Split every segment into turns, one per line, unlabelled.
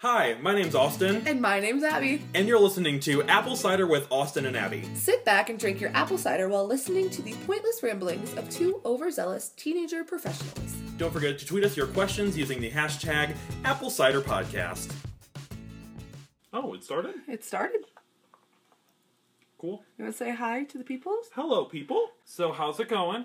Hi, my name's Austin,
And my name's Abby.
and you're listening to Apple Cider with Austin and Abby.
Sit back and drink your apple cider while listening to the pointless ramblings of two overzealous teenager professionals.
Don't forget to tweet us your questions using the hashtag Apple Cider Podcast. Oh, it started?
It started.
Cool.
You want to say hi to the people?
Hello, people. So, how's it going?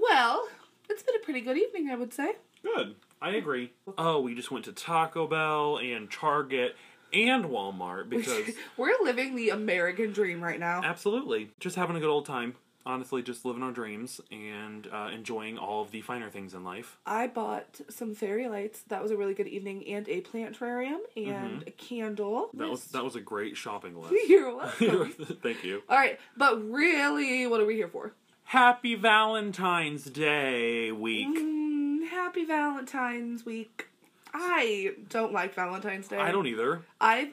Well, it's been a pretty good evening, I would say.
Good. I agree. Oh, we just went to Taco Bell and Target and Walmart because
We're living the American dream right now.
absolutely just having a good old time. Honestly, just living our dreams and uh, enjoying all of the finer things in life.
I bought some fairy lights. That was a really good evening, and a plant terrarium and a candle.
Mm-hmm. That was that was a great shopping list.
You're welcome.
Thank you.
All right, but really, what are we here for?
Happy Valentine's Day week.
Mm, happy Valentine's week. I don't like Valentine's Day.
I don't either.
I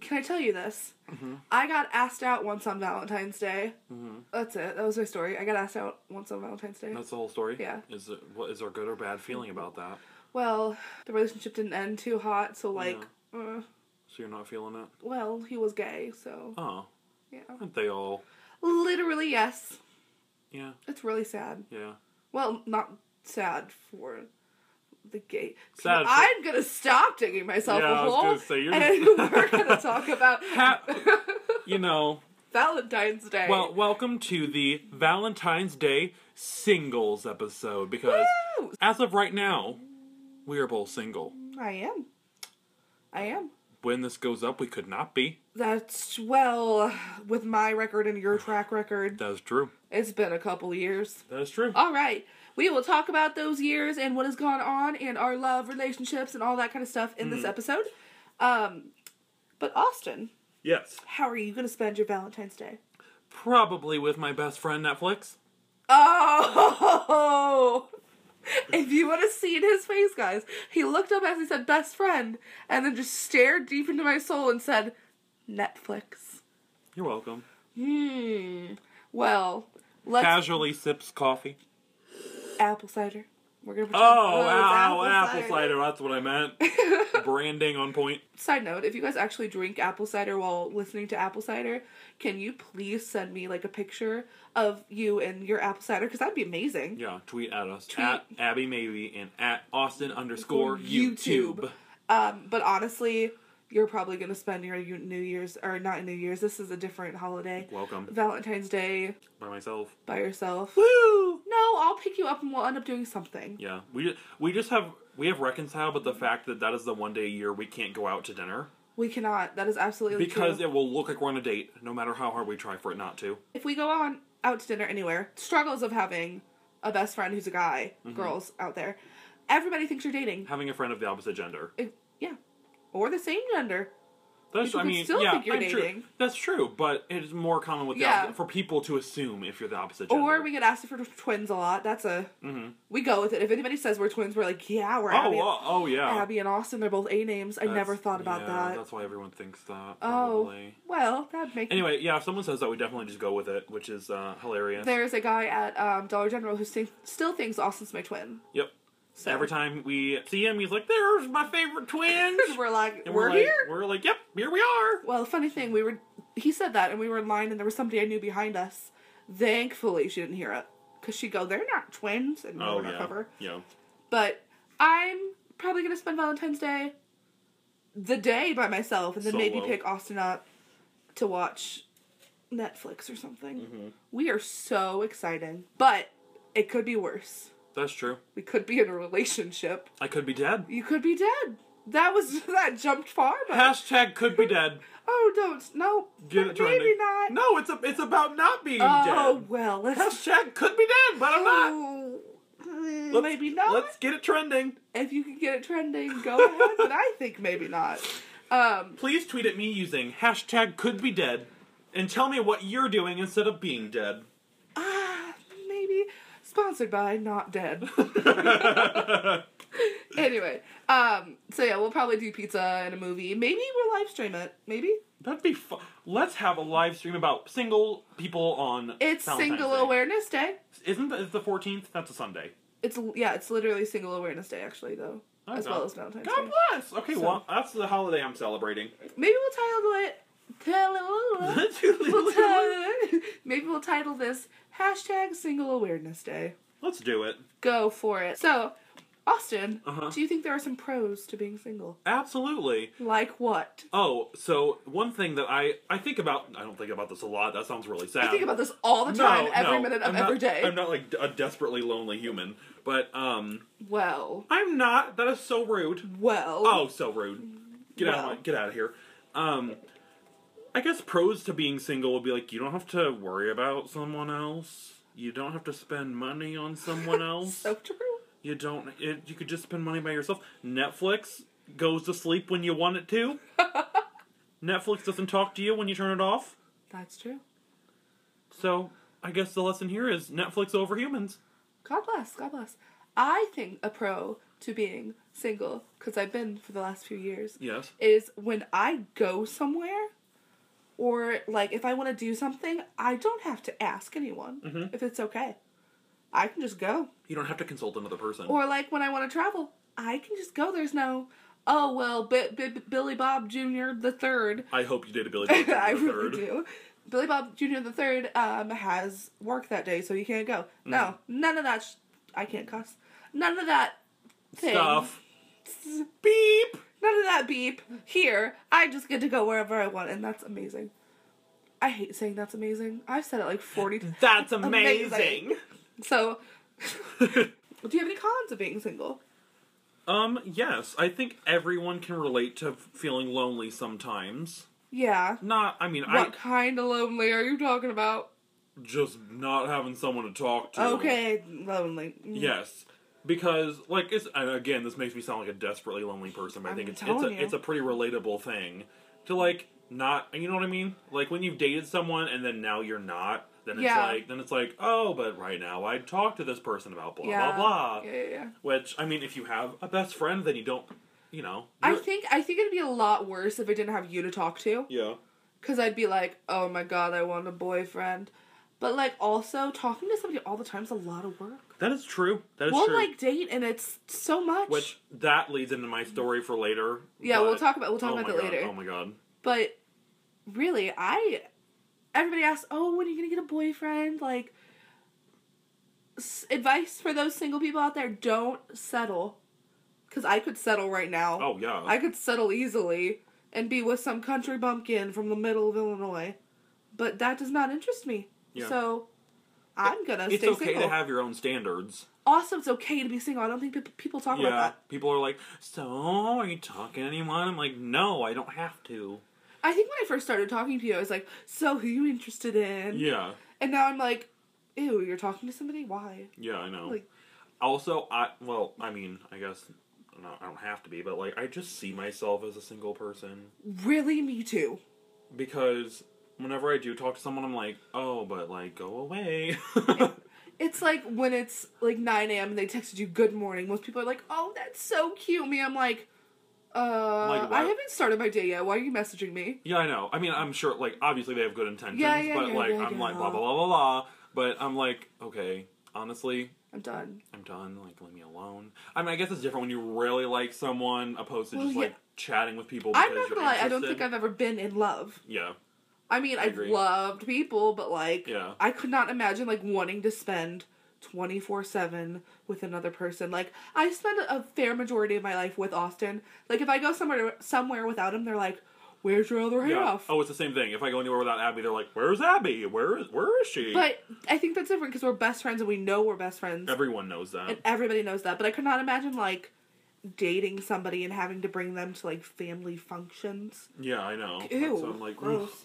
can I tell you this?
Mm-hmm.
I got asked out once on Valentine's Day. That's it. That was my story. I got asked out once on Valentine's Day.
That's the whole story.
Yeah.
Is it, what is there good or bad feeling about that?
Well, the relationship didn't end too hot, so like, uh,
So you're not feeling it?
well, he was gay, so
Oh,
yeah.
aren't they all?
Literally, yes.
Yeah,
It's really sad.
yeah.
Well, not sad for the gay.
Sad for-
I'm gonna stop digging myself
Yeah,
a
I was
hole,
gonna say, you're
and
just-
we're gonna talk about
Ha- you know,
Valentine's Day.
well, welcome to the Valentine's Day singles episode because
Woo!
as of right now, we are both single.
I am. I am.
When this goes up, we could not be.
That's well, with my record and your track record,
That is true.
it's been a couple years.
That is true.
All right, we will talk about those years and what has gone on and our love relationships and all that kind of stuff in this episode. Um, but Austin,
Yes.
how are you going to spend your Valentine's Day?
Probably with my best friend Netflix.
Oh! If you would have seen his face, guys, he looked up as he said best friend and then just stared deep into my soul and said, Netflix.
You're welcome.
Hmm. Well, let's
Casually sips coffee.
apple cider. We're gonna pretend
Oh,
it's
ow, apple, cider. That's what I meant. Branding on point.
Side note: If you guys actually drink apple cider while listening to apple cider, can you please send me like a picture of you and your apple cider? Because that'd be amazing.
Yeah, tweet at us
Tweet.
at Abby Maybe and at Austin underscore
YouTube.
YouTube.
Um, but honestly, you're probably gonna spend your U- New Year's or not New Year's. This is a different holiday.
Welcome
Valentine's Day
by myself.
by yourself.
Woo!
No, I'll pick you up and we'll end up doing something.
Yeah, we just, we just have we have reconciled with the fact that that is the one day a year we can't go out to dinner
We cannot. That is absolutely
because
true.
it will look like we're on a date no matter how hard we try for it not to.
if we go on out to dinner anywhere, struggles of having a best friend who's a guy,
Mm-hmm.
girls out there, everybody thinks you're dating.
Having a friend of the opposite gender.
It- yeah, or the same gender.
That's
People
I
can
mean,
still
yeah,
think you're
I'm sure-
dating.
That's true, but it is more common with the
Yeah.
opposite, for people to assume if you're the opposite gender. Mm-hmm.
Or we get asked if we're twins a lot. That's a we go with it. If anybody says we're twins, we're like, yeah, we're
Oh,
Abby,
oh, oh, yeah.
Abby and Austin. They're both A names. I
That's-
never thought about
yeah,
that.
That's why everyone thinks that.
Oh,
Probably.
well, that makes
Anyway, yeah, if someone says that, we definitely just go with it, which is uh, hilarious.
There's a guy at um, Dollar General who sti- still thinks Austin's my twin.
Yep.
So
Every time we see him, he's like, "There's my favorite twins."
we're like,
And
we're,
like,
here.
We're like, "Yep, here we are."
Well, funny thing, we were he said that and we were in line and there was somebody I knew behind us. Thankfully, she didn't hear it cuz she'd go, "They're not twins." And we
Oh
would
yeah.
recover.
Yeah.
But I'm probably going to spend Valentine's Day the day by myself and then maybe
Solo.
pick Austin up to watch Netflix or something.
Mm-hmm.
We are so excited, but it could be worse.
That's true.
We could be in a relationship.
I could be dead.
You could be dead. That was that jumped far, but
Hashtag could be dead.
oh, don't no,
Get it trending.
maybe not.
No, it's a, it's about not being
Oh
dead.
well, let's
Hashtag could be dead, but I'm not.
oh, mm,
Let's-
maybe not.
Let's get it trending.
If you can get it trending, go ahead. but I think maybe not. Um,
Please tweet at me using hashtag could be dead and tell me what you're doing instead of being dead.
ah, maybe sponsored by Not Dead. anyway, um, so yeah, we'll probably do pizza and a movie. Maybe we'll live stream it. Maybe
That'd be fun. Let's have a live stream about single people on.
it's
Valentine's
Single
Day.
Awareness Day.
Isn't that it's the 14th? That's a Sunday.
It's yeah, it's literally Single Awareness Day actually though.
I'm
as
not-
well as Valentine's
God
Day.
bless. Okay,
So-
well, that's the holiday I'm celebrating.
Maybe we'll title it. We'll title- Maybe we'll title this hashtag Single Awareness Day.
Let's do it.
Go for it. So, Austin,
Uh-huh.
do you think there are some pros to being single?
Absolutely.
Like what?
Oh, so one thing that I I think about I don't think about this a lot. That sounds really sad.
I think about this all the time, every minute of
I'm
every
not,
day.
I'm not like a desperately lonely human, but um,
Well,
I'm not. That is so rude.
well.
Oh, so rude. Get out of
Well.
my, get out of here. Um, I guess pros to being single would be like you don't have to worry about someone else. You don't have to spend money on someone else.
So true.
You don't. It, you could just spend money by yourself. Netflix goes to sleep when you want it to. Netflix doesn't talk to you when you turn it off.
That's true.
So I guess the lesson here is Netflix over humans.
God bless, God bless. I think a pro to being single, because I've been for the last few years,
Yes.
is when I go somewhere or like if I want to do something, I don't have to ask anyone
Mm-hmm.
if it's okay. I can just go.
You don't have to consult another person.
Or like when I want to travel, I can just go. There's no, oh well, B- B- Billy Bob Jr. the third.
I hope you dated Billy Bob Thornton
I
the
really
third.
do. Billy Bob Jr. the third um, has work that day, so you can't go. No,
Mm-hmm.
none of that. Sh- I can't cuss. None of that thing.
Stuff. Beep.
None of that beep. Here, I just get to go wherever I want, and that's amazing. I hate saying that's amazing. I've said it like forty times.
That's
Amazing.
amazing.
So, do you have any cons of being single?
um. Yes, I think everyone can relate to feeling lonely sometimes.
Yeah.
Not. I mean,
What kind of lonely are you talking about?
I just not having someone to talk to.
Okay, lonely. Mm.
Yes, because like it's and again, this makes me sound like a desperately lonely person, but I
I'm
think it's it's a,
telling you.
it's a pretty relatable thing to like not you know what I mean? Like when you've dated someone and then now you're not, then it's
Yeah.
like then it's like oh, but right now I talked to this person about blah
Yeah.
blah blah.
Yeah, yeah, yeah.
Which I mean, if you have a best friend, then you don't, you know.
I
you're-
think I think it'd be a lot worse if I didn't have you to talk to,
yeah.
because I'd be like, oh my god, I want a boyfriend. But like, also talking to somebody all the time is a lot of work.
That is true. That is
One
true.
like date, and it's so much.
Which that leads into my story for later.
yeah, we'll
but-
talk about we'll talk
oh
about
my
that
God,
later.
Oh my god.
But really, I everybody asks, "Oh, when are you gonna get a boyfriend?" Like, s- advice for those single people out there: don't settle, because I could settle right now.
Oh yeah.
I could settle easily and be with some country bumpkin from the middle of Illinois, but that does not interest me.
Yeah.
So, I'm gonna
it's
stay
okay
single.
to have your own standards.
also, it's okay to be single. I don't think pe- people talk about that.
People are like, so are you talking to anyone? I'm like, no, I don't have to.
I think when I first started talking to you, I was like, "So, who you interested in?"
Yeah,
And now I'm like, ew, you're talking to somebody? Why?
yeah, I know.
Like-
also, I well, I mean, I guess no, I don't have to be, but like, I just see myself as a single person
Really? Me too.
because whenever I do talk to someone, I'm like, oh, but like, go away.
It's like when it's like 9 a.m. and they texted you good morning. Most people are like, oh, that's so cute. Me, I'm like, uh,
Like what?
I haven't started my day yet. Why are you messaging me?
yeah, I know. I mean, I'm sure, like, obviously they have good intentions,
Yeah, yeah,
but
yeah,
like,
yeah,
I'm
yeah.
like, blah blah blah blah blah. But I'm like, okay, honestly,
I'm done.
I'm done. Like, leave me alone. I mean, I guess it's different when you really like someone opposed to
Well,
just
yeah.
like chatting with people.
I'm
because
not gonna
you're
lie, I don't
interested.
think I've ever been in love.
Yeah,
I mean, I've
agree.
loved people, but like,
Yeah.
I could not imagine like wanting to spend 24 7 with another person. Like, I spend a fair majority of my life with Austin. Like, if I go somewhere somewhere without him, they're like, Where's your other
yeah.
half?
Oh, it's the same thing. If I go anywhere without Abby, they're like, "Where's Abby? Where is Where is she?"
But I think that's different because we're best friends and we know we're best friends.
everyone knows that.
and everybody knows that. But I could not imagine like dating somebody and having to bring them to like family functions.
yeah, I know.
Ew.
So I'm like,
gross.
"Oof."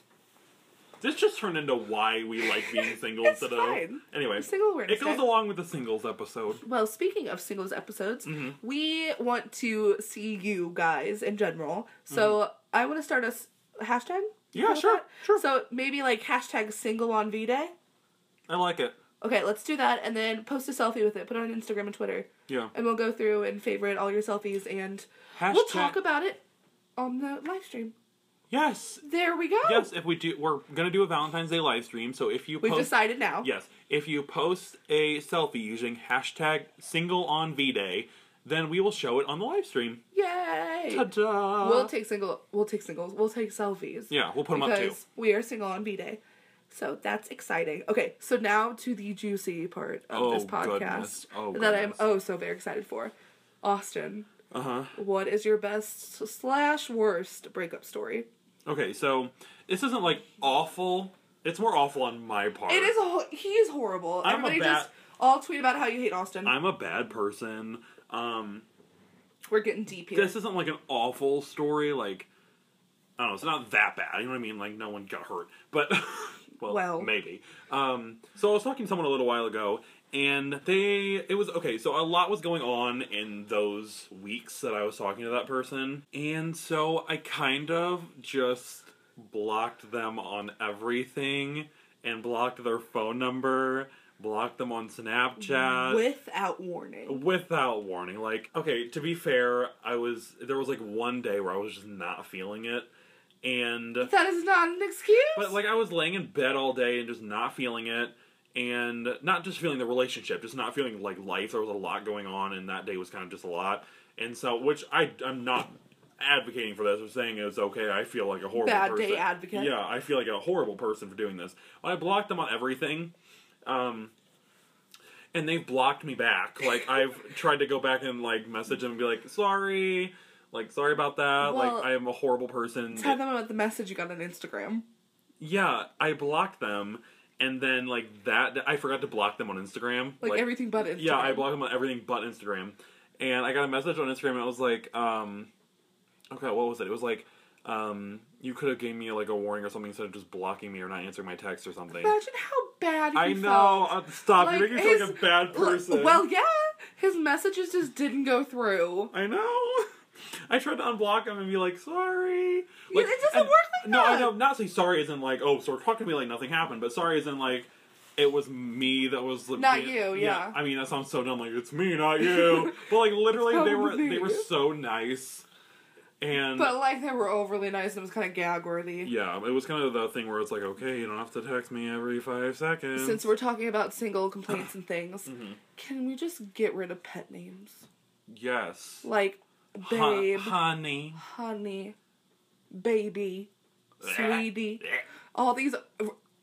this just turned into why we like being single
It's
instead
fine.
of anyway.
Single awareness.
It goes
Day.
along with the singles episode.
Well, speaking of singles episodes,
Mm-hmm.
we want to see you guys in general. So I want to start us hashtag.
Mm-hmm. Yeah,
How about
sure,
that?
sure.
So maybe like hashtag single on V Day.
I like it.
Okay, let's do that, and then post a selfie with it. Put it on Instagram and Twitter,
Yeah.
and we'll go through and favorite all your selfies, and we'll
Hashtag-
talk about it on the live stream.
Yes.
There we go.
Yes. If we do, we're gonna do a Valentine's Day live stream. So if you
We've
post
decided now.
Yes. If you post a selfie using hashtag single on V Day then we will show it on the live stream.
Yay!
Ta-da!
We'll take single. We'll take singles. We'll take selfies.
Uh, yeah, we'll put them up too.
because we are single on B Day. So that's exciting. Okay, so now to the juicy part of this
Oh,
podcast
goodness. Oh,
that I'm
goodness.
oh so very excited for. Austin,
Uh huh.
what is your best slash worst breakup story?
Okay, so this isn't like awful. It's more awful on my part.
It is a ho- he is horrible.
I'm a
Everybody
ba-
just all tweet about how you hate Austin.
I'm a bad person. Um,
We're getting deep here.
this isn't like an awful story. Like, I don't know. It's not that bad. You know what I mean? Like, no one got hurt, but well,
Well.
maybe. Um, so I was talking to someone a little while ago, and they it was okay. So a lot was going on in those weeks that I was talking to that person, and so I kind of just blocked them on everything and blocked their phone number, blocked them on Snapchat
without warning.
without warning like okay to be fair i was there was like one day where i was just not feeling it and
That is not an excuse.
but like i was laying in bed all day and just not feeling it and not just feeling the relationship just not feeling like life there was a lot going on and that day was kind of just a lot and so which i i'm not advocating for this i'm saying it's okay i feel like a horrible
Bad day
person
advocate.
yeah i feel like a horrible person for doing this i blocked them on everything um and they've blocked me back. Like I've tried to go back and like message them and be like, sorry, like sorry about that.
Well,
like I am a horrible person.
Tell them about the message you got on Instagram.
Yeah, I blocked them, and then like that, I forgot to block them on Instagram.
Like, everything but Instagram.
Yeah, I blocked them on everything but Instagram, and I got a message on Instagram. and It was like, um, okay, what was it? It was like. Um, you could have gave me like a warning or something instead of just blocking me or not answering my text or something.
Imagine how bad he
I know.
felt.
Uh, stop!
Like,
You're making me feel like
his-
a bad
Look,
person.
Well, yeah, his messages just didn't go through.
I know. I tried to unblock him and be like, sorry.
Yeah,
Like,
it doesn't
and-
work like
no,
that.
No, I know. Not say sorry isn't like, oh, so talk to me like nothing happened, but sorry isn't like, it was me that was the-
Not you, yeah.
I mean, that sounds so dumb. Like it's me, not you. but like literally, they were
Probably.
they were so nice, and
But like they were overly nice and it was kind of gag worthy.
yeah, it was kind of the thing where it's like, okay, you don't have to text me every five seconds.
Since we're talking about single complaints and things,
Mm-hmm.
can we just get rid of pet names?
yes,
Like
Hu-
babe,
honey,
honey, baby, sweetie. All these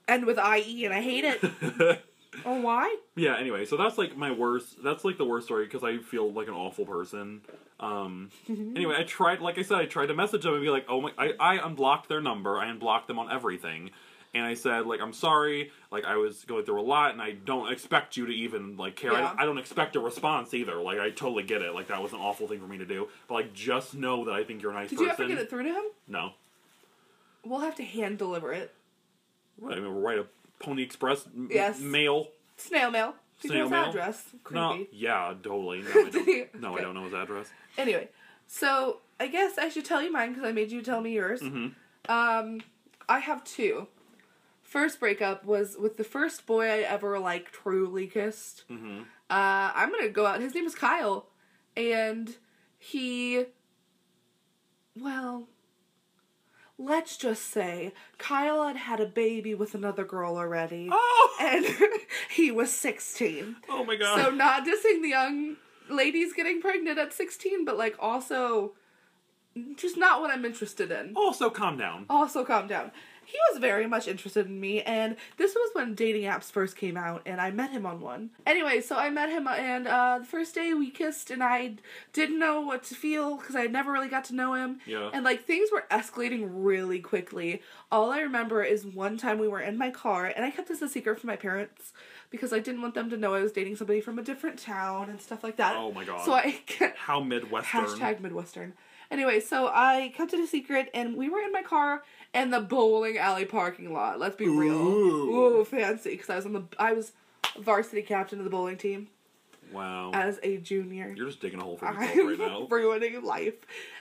end with IE and I hate it. oh, why?
Yeah, anyway, so that's like my worst that's like the worst story because I feel like an awful person. Um
Mm-hmm.
anyway, I tried like I said, I tried to message them and be like, oh my I, I unblocked their number, I unblocked them on everything. And I said, like, I'm sorry, like I was going through a lot and I don't expect you to even like care.
Yeah.
I, I don't expect a response either. Like I totally get it. Like that was an awful thing for me to do. But like just know that I think you're a nice
Did
person.
you ever get it through to him?
No.
We'll have to hand deliver it.
What, I mean, write a Pony Express m-
Yes.
mail.
Snail mail. Do you know his
Snail mail?
address? Creepy.
No, yeah, totally. No, I
Did you-
don't, no, I
Okay.
don't know his address.
Anyway, so I guess I should tell you mine because I made you tell me yours. Um, I have two. First breakup was with the first boy I ever like truly kissed.
Mhm.
Uh, I'm gonna go out. His name is Kyle, and he, well, let's just say Kyle had had a baby with another girl already,
Oh!
and he was 16.
Oh my god.
So not dissing the young ladies getting pregnant at 16, but like also just not what I'm interested in.
also, calm down.
Also calm down. He was very much interested in me and this was when dating apps first came out and I met him on one. Anyway, so I met him and uh the first day we kissed and I didn't know what to feel cuz I never really got to know him.
Yeah.
And like things were escalating really quickly. All I remember is one time we were in my car, and I kept this a secret from my parents because I didn't want them to know I was dating somebody from a different town and stuff like that.
Oh my god.
So I
How Midwestern.
hashtag Midwestern. Anyway, so I kept it a secret, and we were in my car in the bowling alley parking lot. Let's be real.
Ooh.
Ooh, fancy! Because I was on the I was varsity captain of the bowling team
Wow.
as a junior.
You're just digging a hole for
I'm
yourself right now.
ruining life.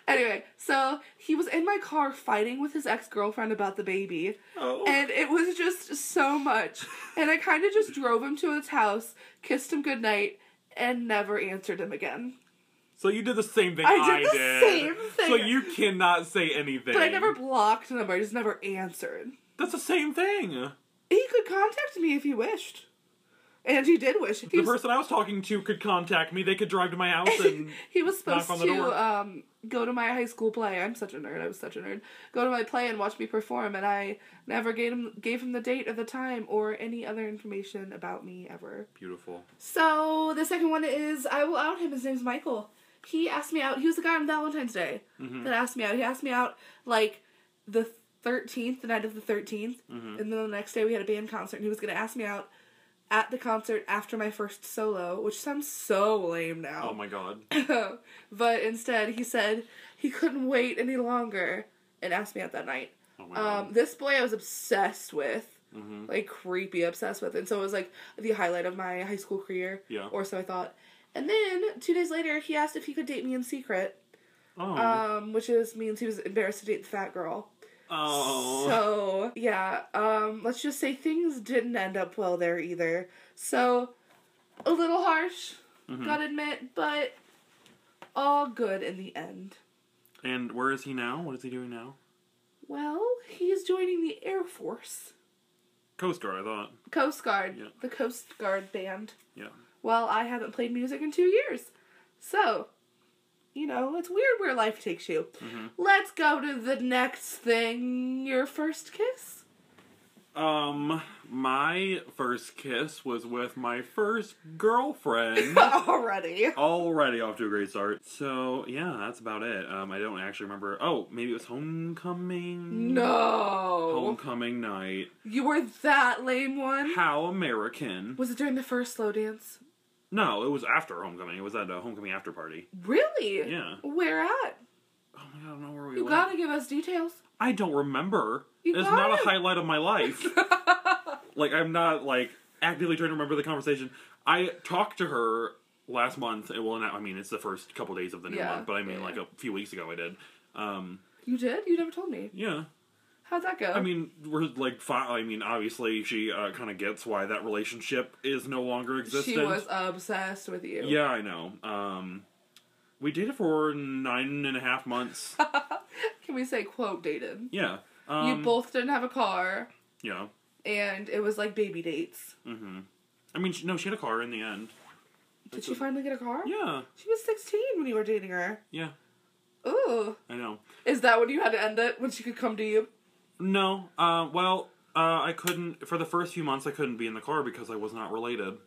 Anyway, so he was in my car fighting with his ex girlfriend about the baby,
Oh.
and it was just so much. And I kind of just drove him to his house, kissed him goodnight, and never answered him again.
so you did the same thing I,
I did the same thing.
So you cannot say anything.
But I never blocked the number, I just never answered.
That's the same thing.
He could contact me if he wished. And he did wish. He
The
was,
person I was talking to could contact me. They could drive to my house and
he was supposed
knock on the door.
to um, go to my high school play. I'm such a nerd. I was such a nerd. Go to my play and watch me perform, and I never gave him gave him the date or the time or any other information about me ever.
beautiful.
So the second one is I will out him. His name's Michael. He asked me out. He was the guy on Valentine's Day
Mm-hmm.
that asked me out. He asked me out like the thirteenth, the night of the 13th
Mm-hmm.
and then the next day we had a band concert. and He was gonna ask me out at the concert after my first solo, which sounds so lame
Oh
now.
my god.
but instead, he said he couldn't wait any longer and asked me out that night.
Oh my Mm-hmm. god.
Um, this boy I was obsessed with, like creepy obsessed with, and so it was like the highlight of my high school career,
Yeah.
or so I thought. And then two days later, he asked if he could date me in secret,
oh.
um, which is means he was embarrassed to date the fat girl.
oh.
So yeah, um, let's just say things didn't end up well there either. So a little harsh,
Mm-hmm.
gotta admit, but all good in the end.
and where is he now? What is he doing now?
Well, he's joining the Air Force.
Coast Guard, I thought.
Coast Guard,
Yeah.
the Coast Guard band.
Yeah.
Well, I haven't played music in two years. So, you know, it's weird where life takes you.
Mm-hmm.
Let's go to the next thing your first kiss.
Um, my first kiss was with my first girlfriend.
Already.
Already off to a great start. So yeah, that's about it. Um, I don't actually remember. Oh, maybe it was homecoming.
No.
Homecoming night.
You were that lame one.
How American?
Was it during the first slow dance?
No, it was after homecoming. It was at a homecoming after party.
Really?
Yeah.
Where at?
Oh my god, I don't know where we
You
went.
gotta give us details.
I don't remember.
You
it's
got
not
it.
a highlight of my life. like I'm not like actively trying to remember the conversation. I talked to her last month. and- Well, not, I mean it's the first couple days of the new
Yeah,
month, but I mean
yeah,
like
yeah.
a few weeks ago I did. Um,
You did? You never told me.
yeah.
How's that go?
I mean, we're like, fi- I mean, obviously she uh, kind of gets why that relationship is no longer existent.
she was obsessed with you.
Yeah, I know. Um, we dated for nine and a half months.
Can we say quote dated?
yeah. Um,
you both didn't have a car,
Yeah.
and it was like baby dates.
Mm-hmm. I mean, she, no, she had a car in the end.
Did
That's
she
a-
finally get a car?
Yeah.
She was 16 when you were dating her.
Yeah.
Ooh.
I know.
Is that when you had to end it? When she could come to you?
No. Uh, well, uh, I couldn't for the first few months. I couldn't be in the car because I was not related.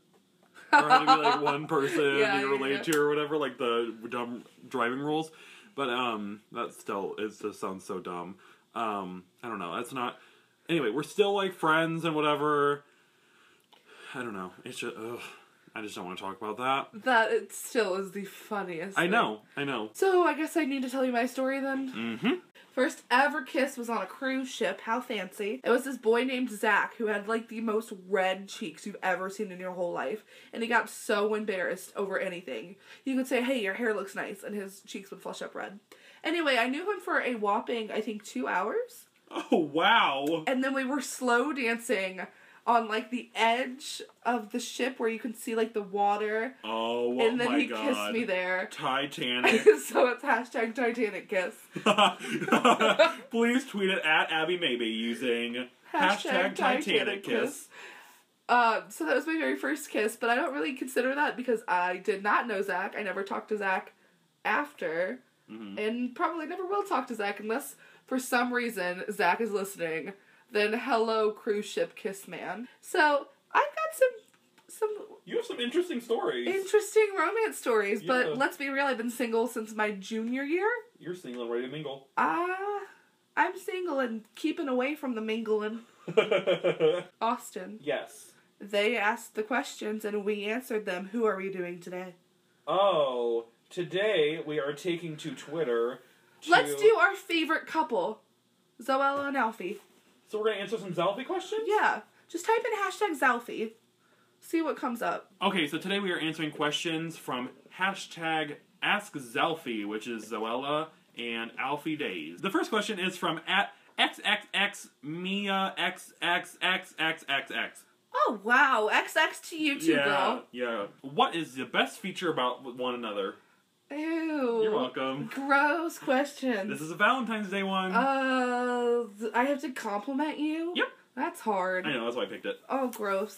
Or had to be like one person
Yeah,
you're
yeah,
related
yeah.
to or whatever, like the dumb driving rules. But um, that still it just sounds so dumb. Um, I don't know. That's not. Anyway, we're still like friends and whatever. I don't know. It's just. Ugh, I just don't want to talk about that.
That it still is the funniest.
I
thing.
know. I know.
So I guess I need to tell you my story then.
Mm-hmm.
First ever kiss was on a cruise ship. How fancy. It was this boy named Zach who had like the most red cheeks you've ever seen in your whole life. And he got so embarrassed over anything. You could say, hey, your hair looks nice. And his cheeks would flush up red. Anyway, I knew him for a whopping, I think, two hours.
Oh wow.
And then we were slow dancing on like the edge of the ship where you can see like the water.
Oh
and then
my
he
god.
kissed me there.
Titanic.
so it's hashtag Titanic kiss.
Please tweet it at Abby Maybe using
Hashtag
hashtag,
Titanic
Titanic, kiss.
Uh, so that was my very first kiss, but I don't really consider that because I did not know Zach. I never talked to Zach after,
Mm-hmm.
and probably never will talk to Zach unless for some reason Zach is listening. Then hello, cruise ship kiss man. So I've got some some
You have some interesting stories.
interesting romance stories,
Yeah.
but let's be real. I've been single since my junior year.
You're single, ready to mingle.
Ah, I'm single and keeping away from the mingling. Austin.
yes.
They asked the questions and we answered them. Who are we doing today?
Oh, today we are taking to Twitter. to-
Let's do our favorite couple, Zoella and Alfie.
So we're gonna answer some Zelfie questions.
Yeah, just type in hashtag Zalfie. See what comes up.
Okay, so today we are answering questions from hashtag Ask Zelfie, which is Zoella and Alfie Days. The first question is from at xxx Mia xxxxxx.
Oh wow, XX to you too,
Yeah, yeah. What is the best feature about one another?
bro. Ew.
You're welcome.
Gross question.
This is a Valentine's Day one.
Oh. uh, I have to compliment you.
Yep.
That's hard.
I know that's why I picked it.
Oh, gross.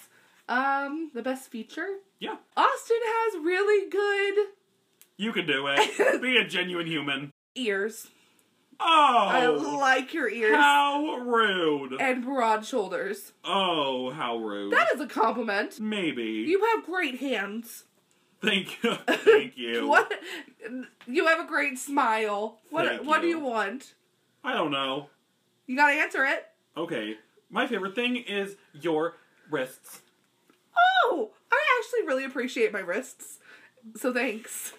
Um, the best feature.
Yeah.
Austin has really good
You can do it. Be a genuine human.
ears. I
Oh,
like your ears.
how rude.
and broad shoulders.
Oh, how rude.
That is a compliment.
Maybe.
You have great hands.
Thank you. Thank you.
What? You have a great smile. What?
Thank
what do
you.
you want?
I don't know.
You gotta answer it.
Okay. My favorite thing is your wrists.
Oh, I actually really appreciate my wrists. So thanks.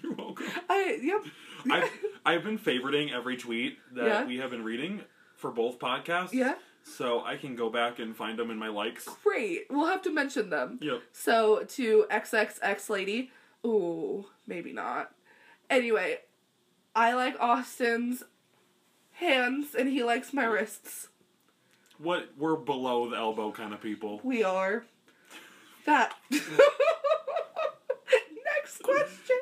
You're welcome.
I yep.
I've, I've been favoriting every tweet that
Yeah.
we have been reading for both podcasts.
Yeah.
So I can go back and find them in my likes.
Great. We'll have to mention them.
Yep.
So to XXX lady, ooh, maybe not. Anyway, I like Austin's hands and he likes my wrists.
What we're below the elbow kind of people.
We are that. Next question.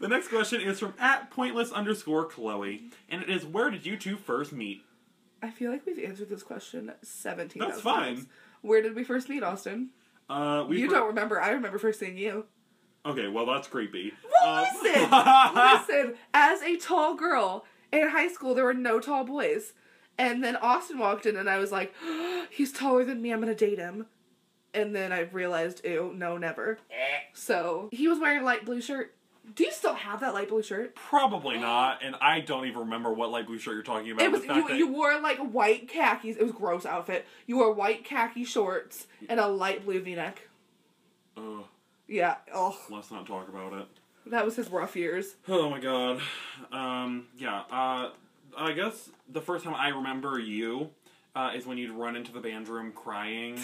The next question is from at pointless underscore Chloe, and it is where did you two first meet?
I feel like we've answered this question 17
That's
times.
fine.
Where did we first meet, Austin?
Uh, we
you
were-
don't remember. I remember first seeing you.
Okay, well that's creepy.
Well,
Um,
listen, listen. As a tall girl in high school, there were no tall boys, and then Austin walked in, and I was like, "He's taller than me. I'm gonna date him." And then I realized, ew, no, never. So he was wearing a light blue shirt. Do you still have that light blue shirt?
Probably not, and I don't even remember what light blue shirt you're talking about.
It was
the fact
you, you wore like white khakis. It was a gross outfit. You wore white khaki shorts and a light blue V-neck.
that, Ugh,
Yeah. Oh,
let's not talk about it.
that was his rough years.
Oh my god. Um, yeah, uh, I guess the first time I remember you uh, is when you'd run into the band room crying.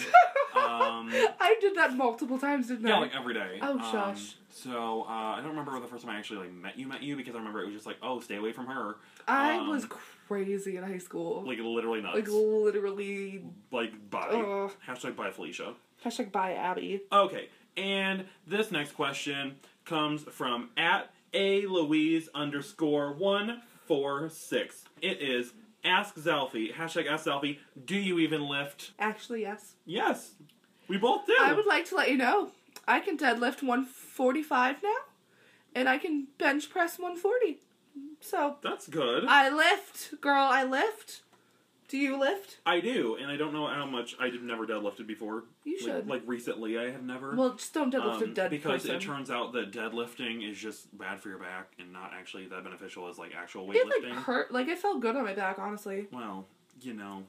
um,
I did that multiple times, didn't
yeah,
I?
like every day.
Oh,
Um,
shush.
So uh, I don't remember the first time I actually like met you, met you because I remember it was just like, oh, stay away from her.
I
Um,
was crazy in high school.
like literally nuts.
Like literally
like bye.
Ugh.
Hashtag bye Felicia.
hashtag by Abby.
Okay, and this next question comes from at a Louise underscore one four six. It is ask Zalfie hashtag ask Zalfie. Do you even lift?
Actually, yes.
Yes, we both do.
I would like to let you know I can deadlift 145 now, and I can bench press 140. So
That's good. I,
I lift, girl. I lift. Do you lift?
do, and I don't know how much I did never deadlifted before.
You
like,
should.
Like recently, I have never.
Well, just don't deadlift a
Um,
dead
because
person.
it turns out that deadlifting is just bad for your back and not actually that beneficial as like actual weightlifting.
it like hurt. Like it felt good on my back, honestly.
Well, you know,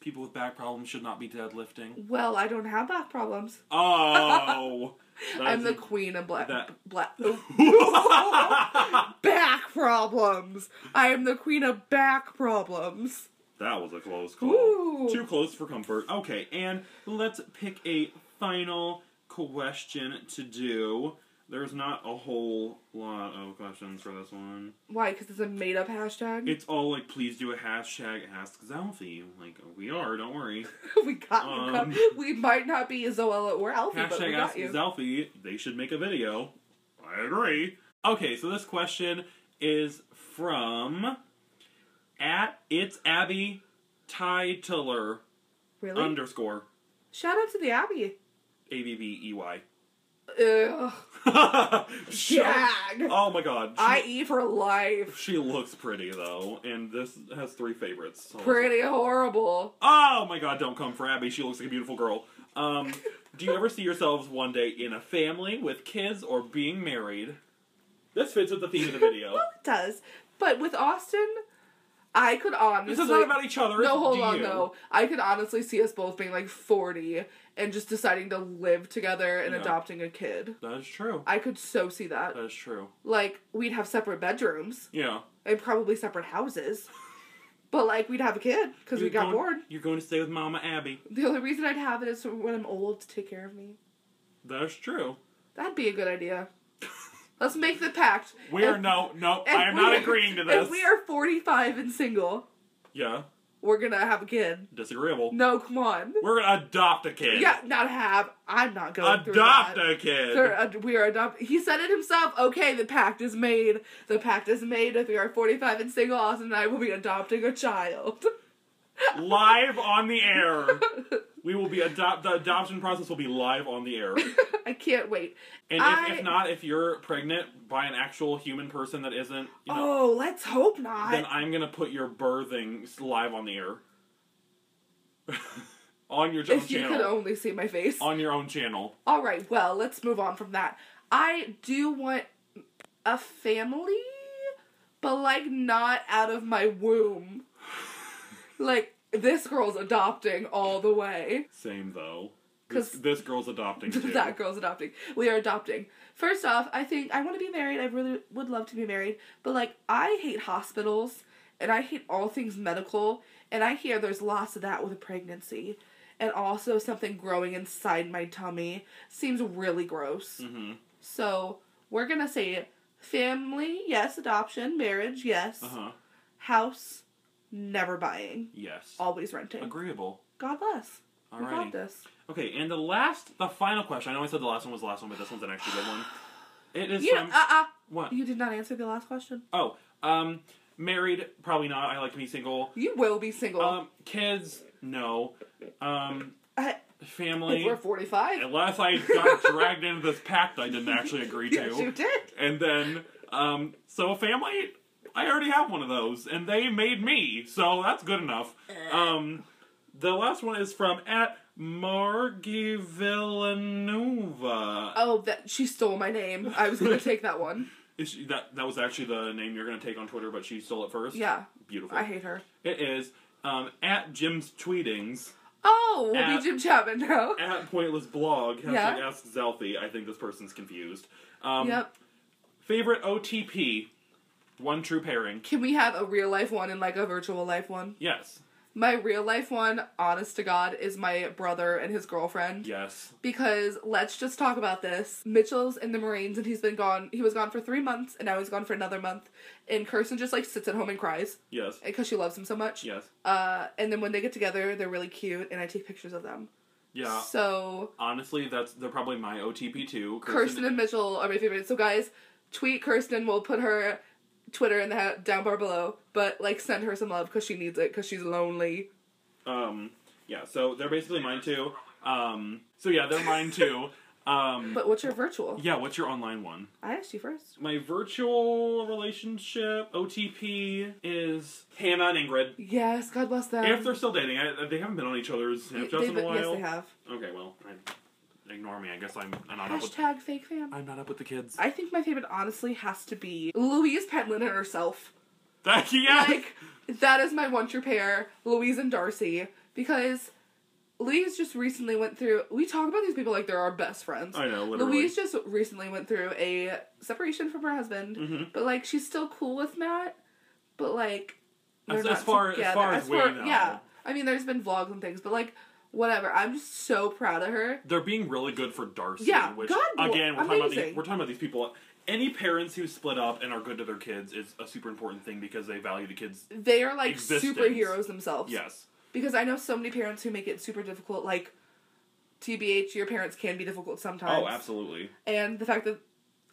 people with back problems should not be deadlifting.
Well, I don't have back problems.
Oh,
I'm the queen of black
that-
black
that
back problems. I am the queen of back problems.
was a close call.
Ooh.
Too close for comfort. Okay, and let's pick a final question to do. There's not a whole lot of questions for this one.
Why? Because it's a made up hashtag.
It's all like, please do a hashtag ask Zalfie. Like we are, don't worry.
we got you.
um,
Cup. We might not be Zoella or Alfie, but we
Hashtag
got
ask
you.
Zelfie. They should make a video. I agree. Okay, so this question is from at it's Abby Titler
really?
underscore
Shout out to the Abbey.
A B B E Y.
Ugh. Jag.
Oh my god. She,
IE for life.
she looks pretty though, and this has three favorites. so-
Pretty horrible.
Oh my god, don't come for Abby. She looks like a beautiful girl. Um, do you ever see yourselves one day in a family with kids or being married? This fits with the theme of the video.
Well, it does. But with Austin, I could honestly.
This is not about each other.
No,
it's
hold
do
on
you.
though. I could honestly see us both being like 40 and just deciding to live together and
Yeah.
adopting a kid.
That is true.
I could so see that.
That is true.
Like, we'd have separate bedrooms
Yeah.
and probably separate houses. But, like, we'd have a kid because we
You're
got
going-
bored.
You're going to stay with Mama Abby.
The only reason I'd have it is for when I'm old to take care of me.
That is true.
That'd be a good idea. Let's make the pact.
We are
If-
no, no.
if
I am not
we-
agreeing to this.
If we are 45 and single,
yeah,
we're gonna have a kid.
disagreeable.
No, come on.
We're gonna adopt a kid.
Yeah, not have. I'm not going through
adopt
that.
a kid.
Sir, ad- we are adopted. He said it himself. Okay, the pact is made. The pact is made. If we are 45 and single, Austin and I will be adopting a child.
Live on the air. We will be adopt the adoption process will be live on the air.
I can't wait.
And if,
I-
if not, if you're pregnant by an actual human person that isn't, you know,
oh, let's hope not.
then I'm gonna put your birthing s- live on the air. on your own
if you could
channel.
only see my face.
On your own channel.
All right, well, let's move on from that. I do want a family, but like not out of my womb. Like this girl's adopting all the way.
Same though.
'Cause-
This, this girl's adopting too.
that girl's adopting. We are adopting. First off, I think I want to be married. I really would love to be married, but like I hate hospitals and I hate all things medical, and I hear there's lots of that with a pregnancy. And also something growing inside my tummy seems really gross.
hmm
So we're gonna say family, yes, adoption, marriage, yes,
Uh huh.
house, never buying,
Yes.
always renting.
Agreeable.
God bless. We got
Alrighty.
this.
Okay, and the last, the final question. I know I said the last one was the last one, but this one's an extra good one. It is
You,
from
uh, uh,
what?
you did not answer the last question.
Oh, um, married? Probably not. I like to be single.
You will be single.
Um, kids? No. Um,
I-
family?
if we're 45.
Unless I got dragged into this pact I didn't actually agree to.
Yes, you did.
And then, um, so family, I already have one of those, and they made me, so that's good enough.
Eh.
Um, the last one is from at Margie Villanueva.
Oh, that she stole my name. I was gonna take that one.
Is she, that that was actually the name you're gonna take on Twitter, but she stole it first.
Yeah,
beautiful.
I hate her.
it is um, at Jim's tweetings
Oh, we'll
At-
be Jim Chapman now.
at Pointless Blog. Hashtag
Yeah.
Ask Zelfie. I think this person's confused. Um,
yep.
Favorite OTP, one true pairing.
Can we have a real life one and like a virtual life one?
Yes,
My real life one, honest to God, is my brother and his girlfriend.
yes.
Because let's just talk about this. Mitchell's in the Marines and he's been gone. He was gone for three months and now he's gone for another month. And Kirsten just like sits at home and cries
Yes.
because she loves him so much.
Yes.
Uh, and then when they get together, they're really cute and I take pictures of them.
Yeah.
So
Honestly, that's they're probably my OTP too.
Kirsten and Mitchell are my favorite. So guys, tweet Kirsten. We'll put her Twitter in the ha- down bar below. But like, send her some love because she needs it because she's lonely.
Um. Yeah. So they're basically mine too. Um. So yeah, they're mine too. Um.
But what's your virtual?
Yeah. What's your online one?
I asked you first.
My virtual relationship OTP is Hannah and Ingrid.
Yes, God bless them.
If they're still dating, I, they haven't been on each other's
Um, They-
Snapchats in a
they've-
while.
yes, they have.
Okay, well, I, ignore me. I guess I'm, I'm not up with.
Hashtag fake fam.
I'm not up with the kids.
I think my favorite honestly has to be Louise Penland and herself.
Thank you. yes.
like that is my one true pair, Louise and Darcy, because Louise just recently went through. We talk about these people like they're our best friends.
I know, literally.
Louise just recently went through a separation from her husband,
Mhm.
but like she's still cool with Matt, but like
As-
they're
as
not
far- as far as we know.
yeah. I mean, there's been vlogs and things, but like whatever. I'm just so proud of her.
they're being really good for Darcy.
Yeah,
which
God,
again, we're talking, about the,
amazing.
we're talking about these people. Any parents who split up and are good to their kids is a super important thing because they value the kids.
They are like
Existence.
superheroes themselves.
Yes,
Because I know so many parents who make it super difficult. Like, TBH, your parents can be difficult sometimes.
oh, absolutely,
and the fact that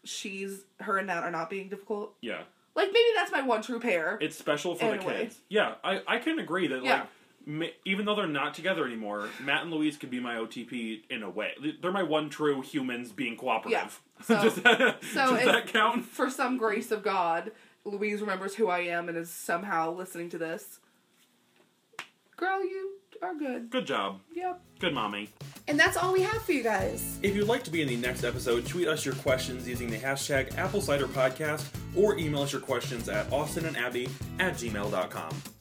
she's her and Matt are not being difficult.
yeah.
Like maybe that's my one true pair.
It's special for
In
the
a way.
kids. Yeah, I I can agree that
Yeah.
like. Ma- even though they're not together anymore, Matt and Louise could be my OTP in a way. They're my one true humans being cooperative.
Yeah, so-
does that,
so
does
it's-
that count?
For some grace of God, Louise remembers who I am and is somehow listening to this. Girl, you are good.
Good job.
Yep.
Good mommy.
And that's all we have for you guys.
If you'd like to be in the next episode, tweet us your questions using the hashtag AppleCiderPodcast or email us your questions at austinandabbey at gmail.com.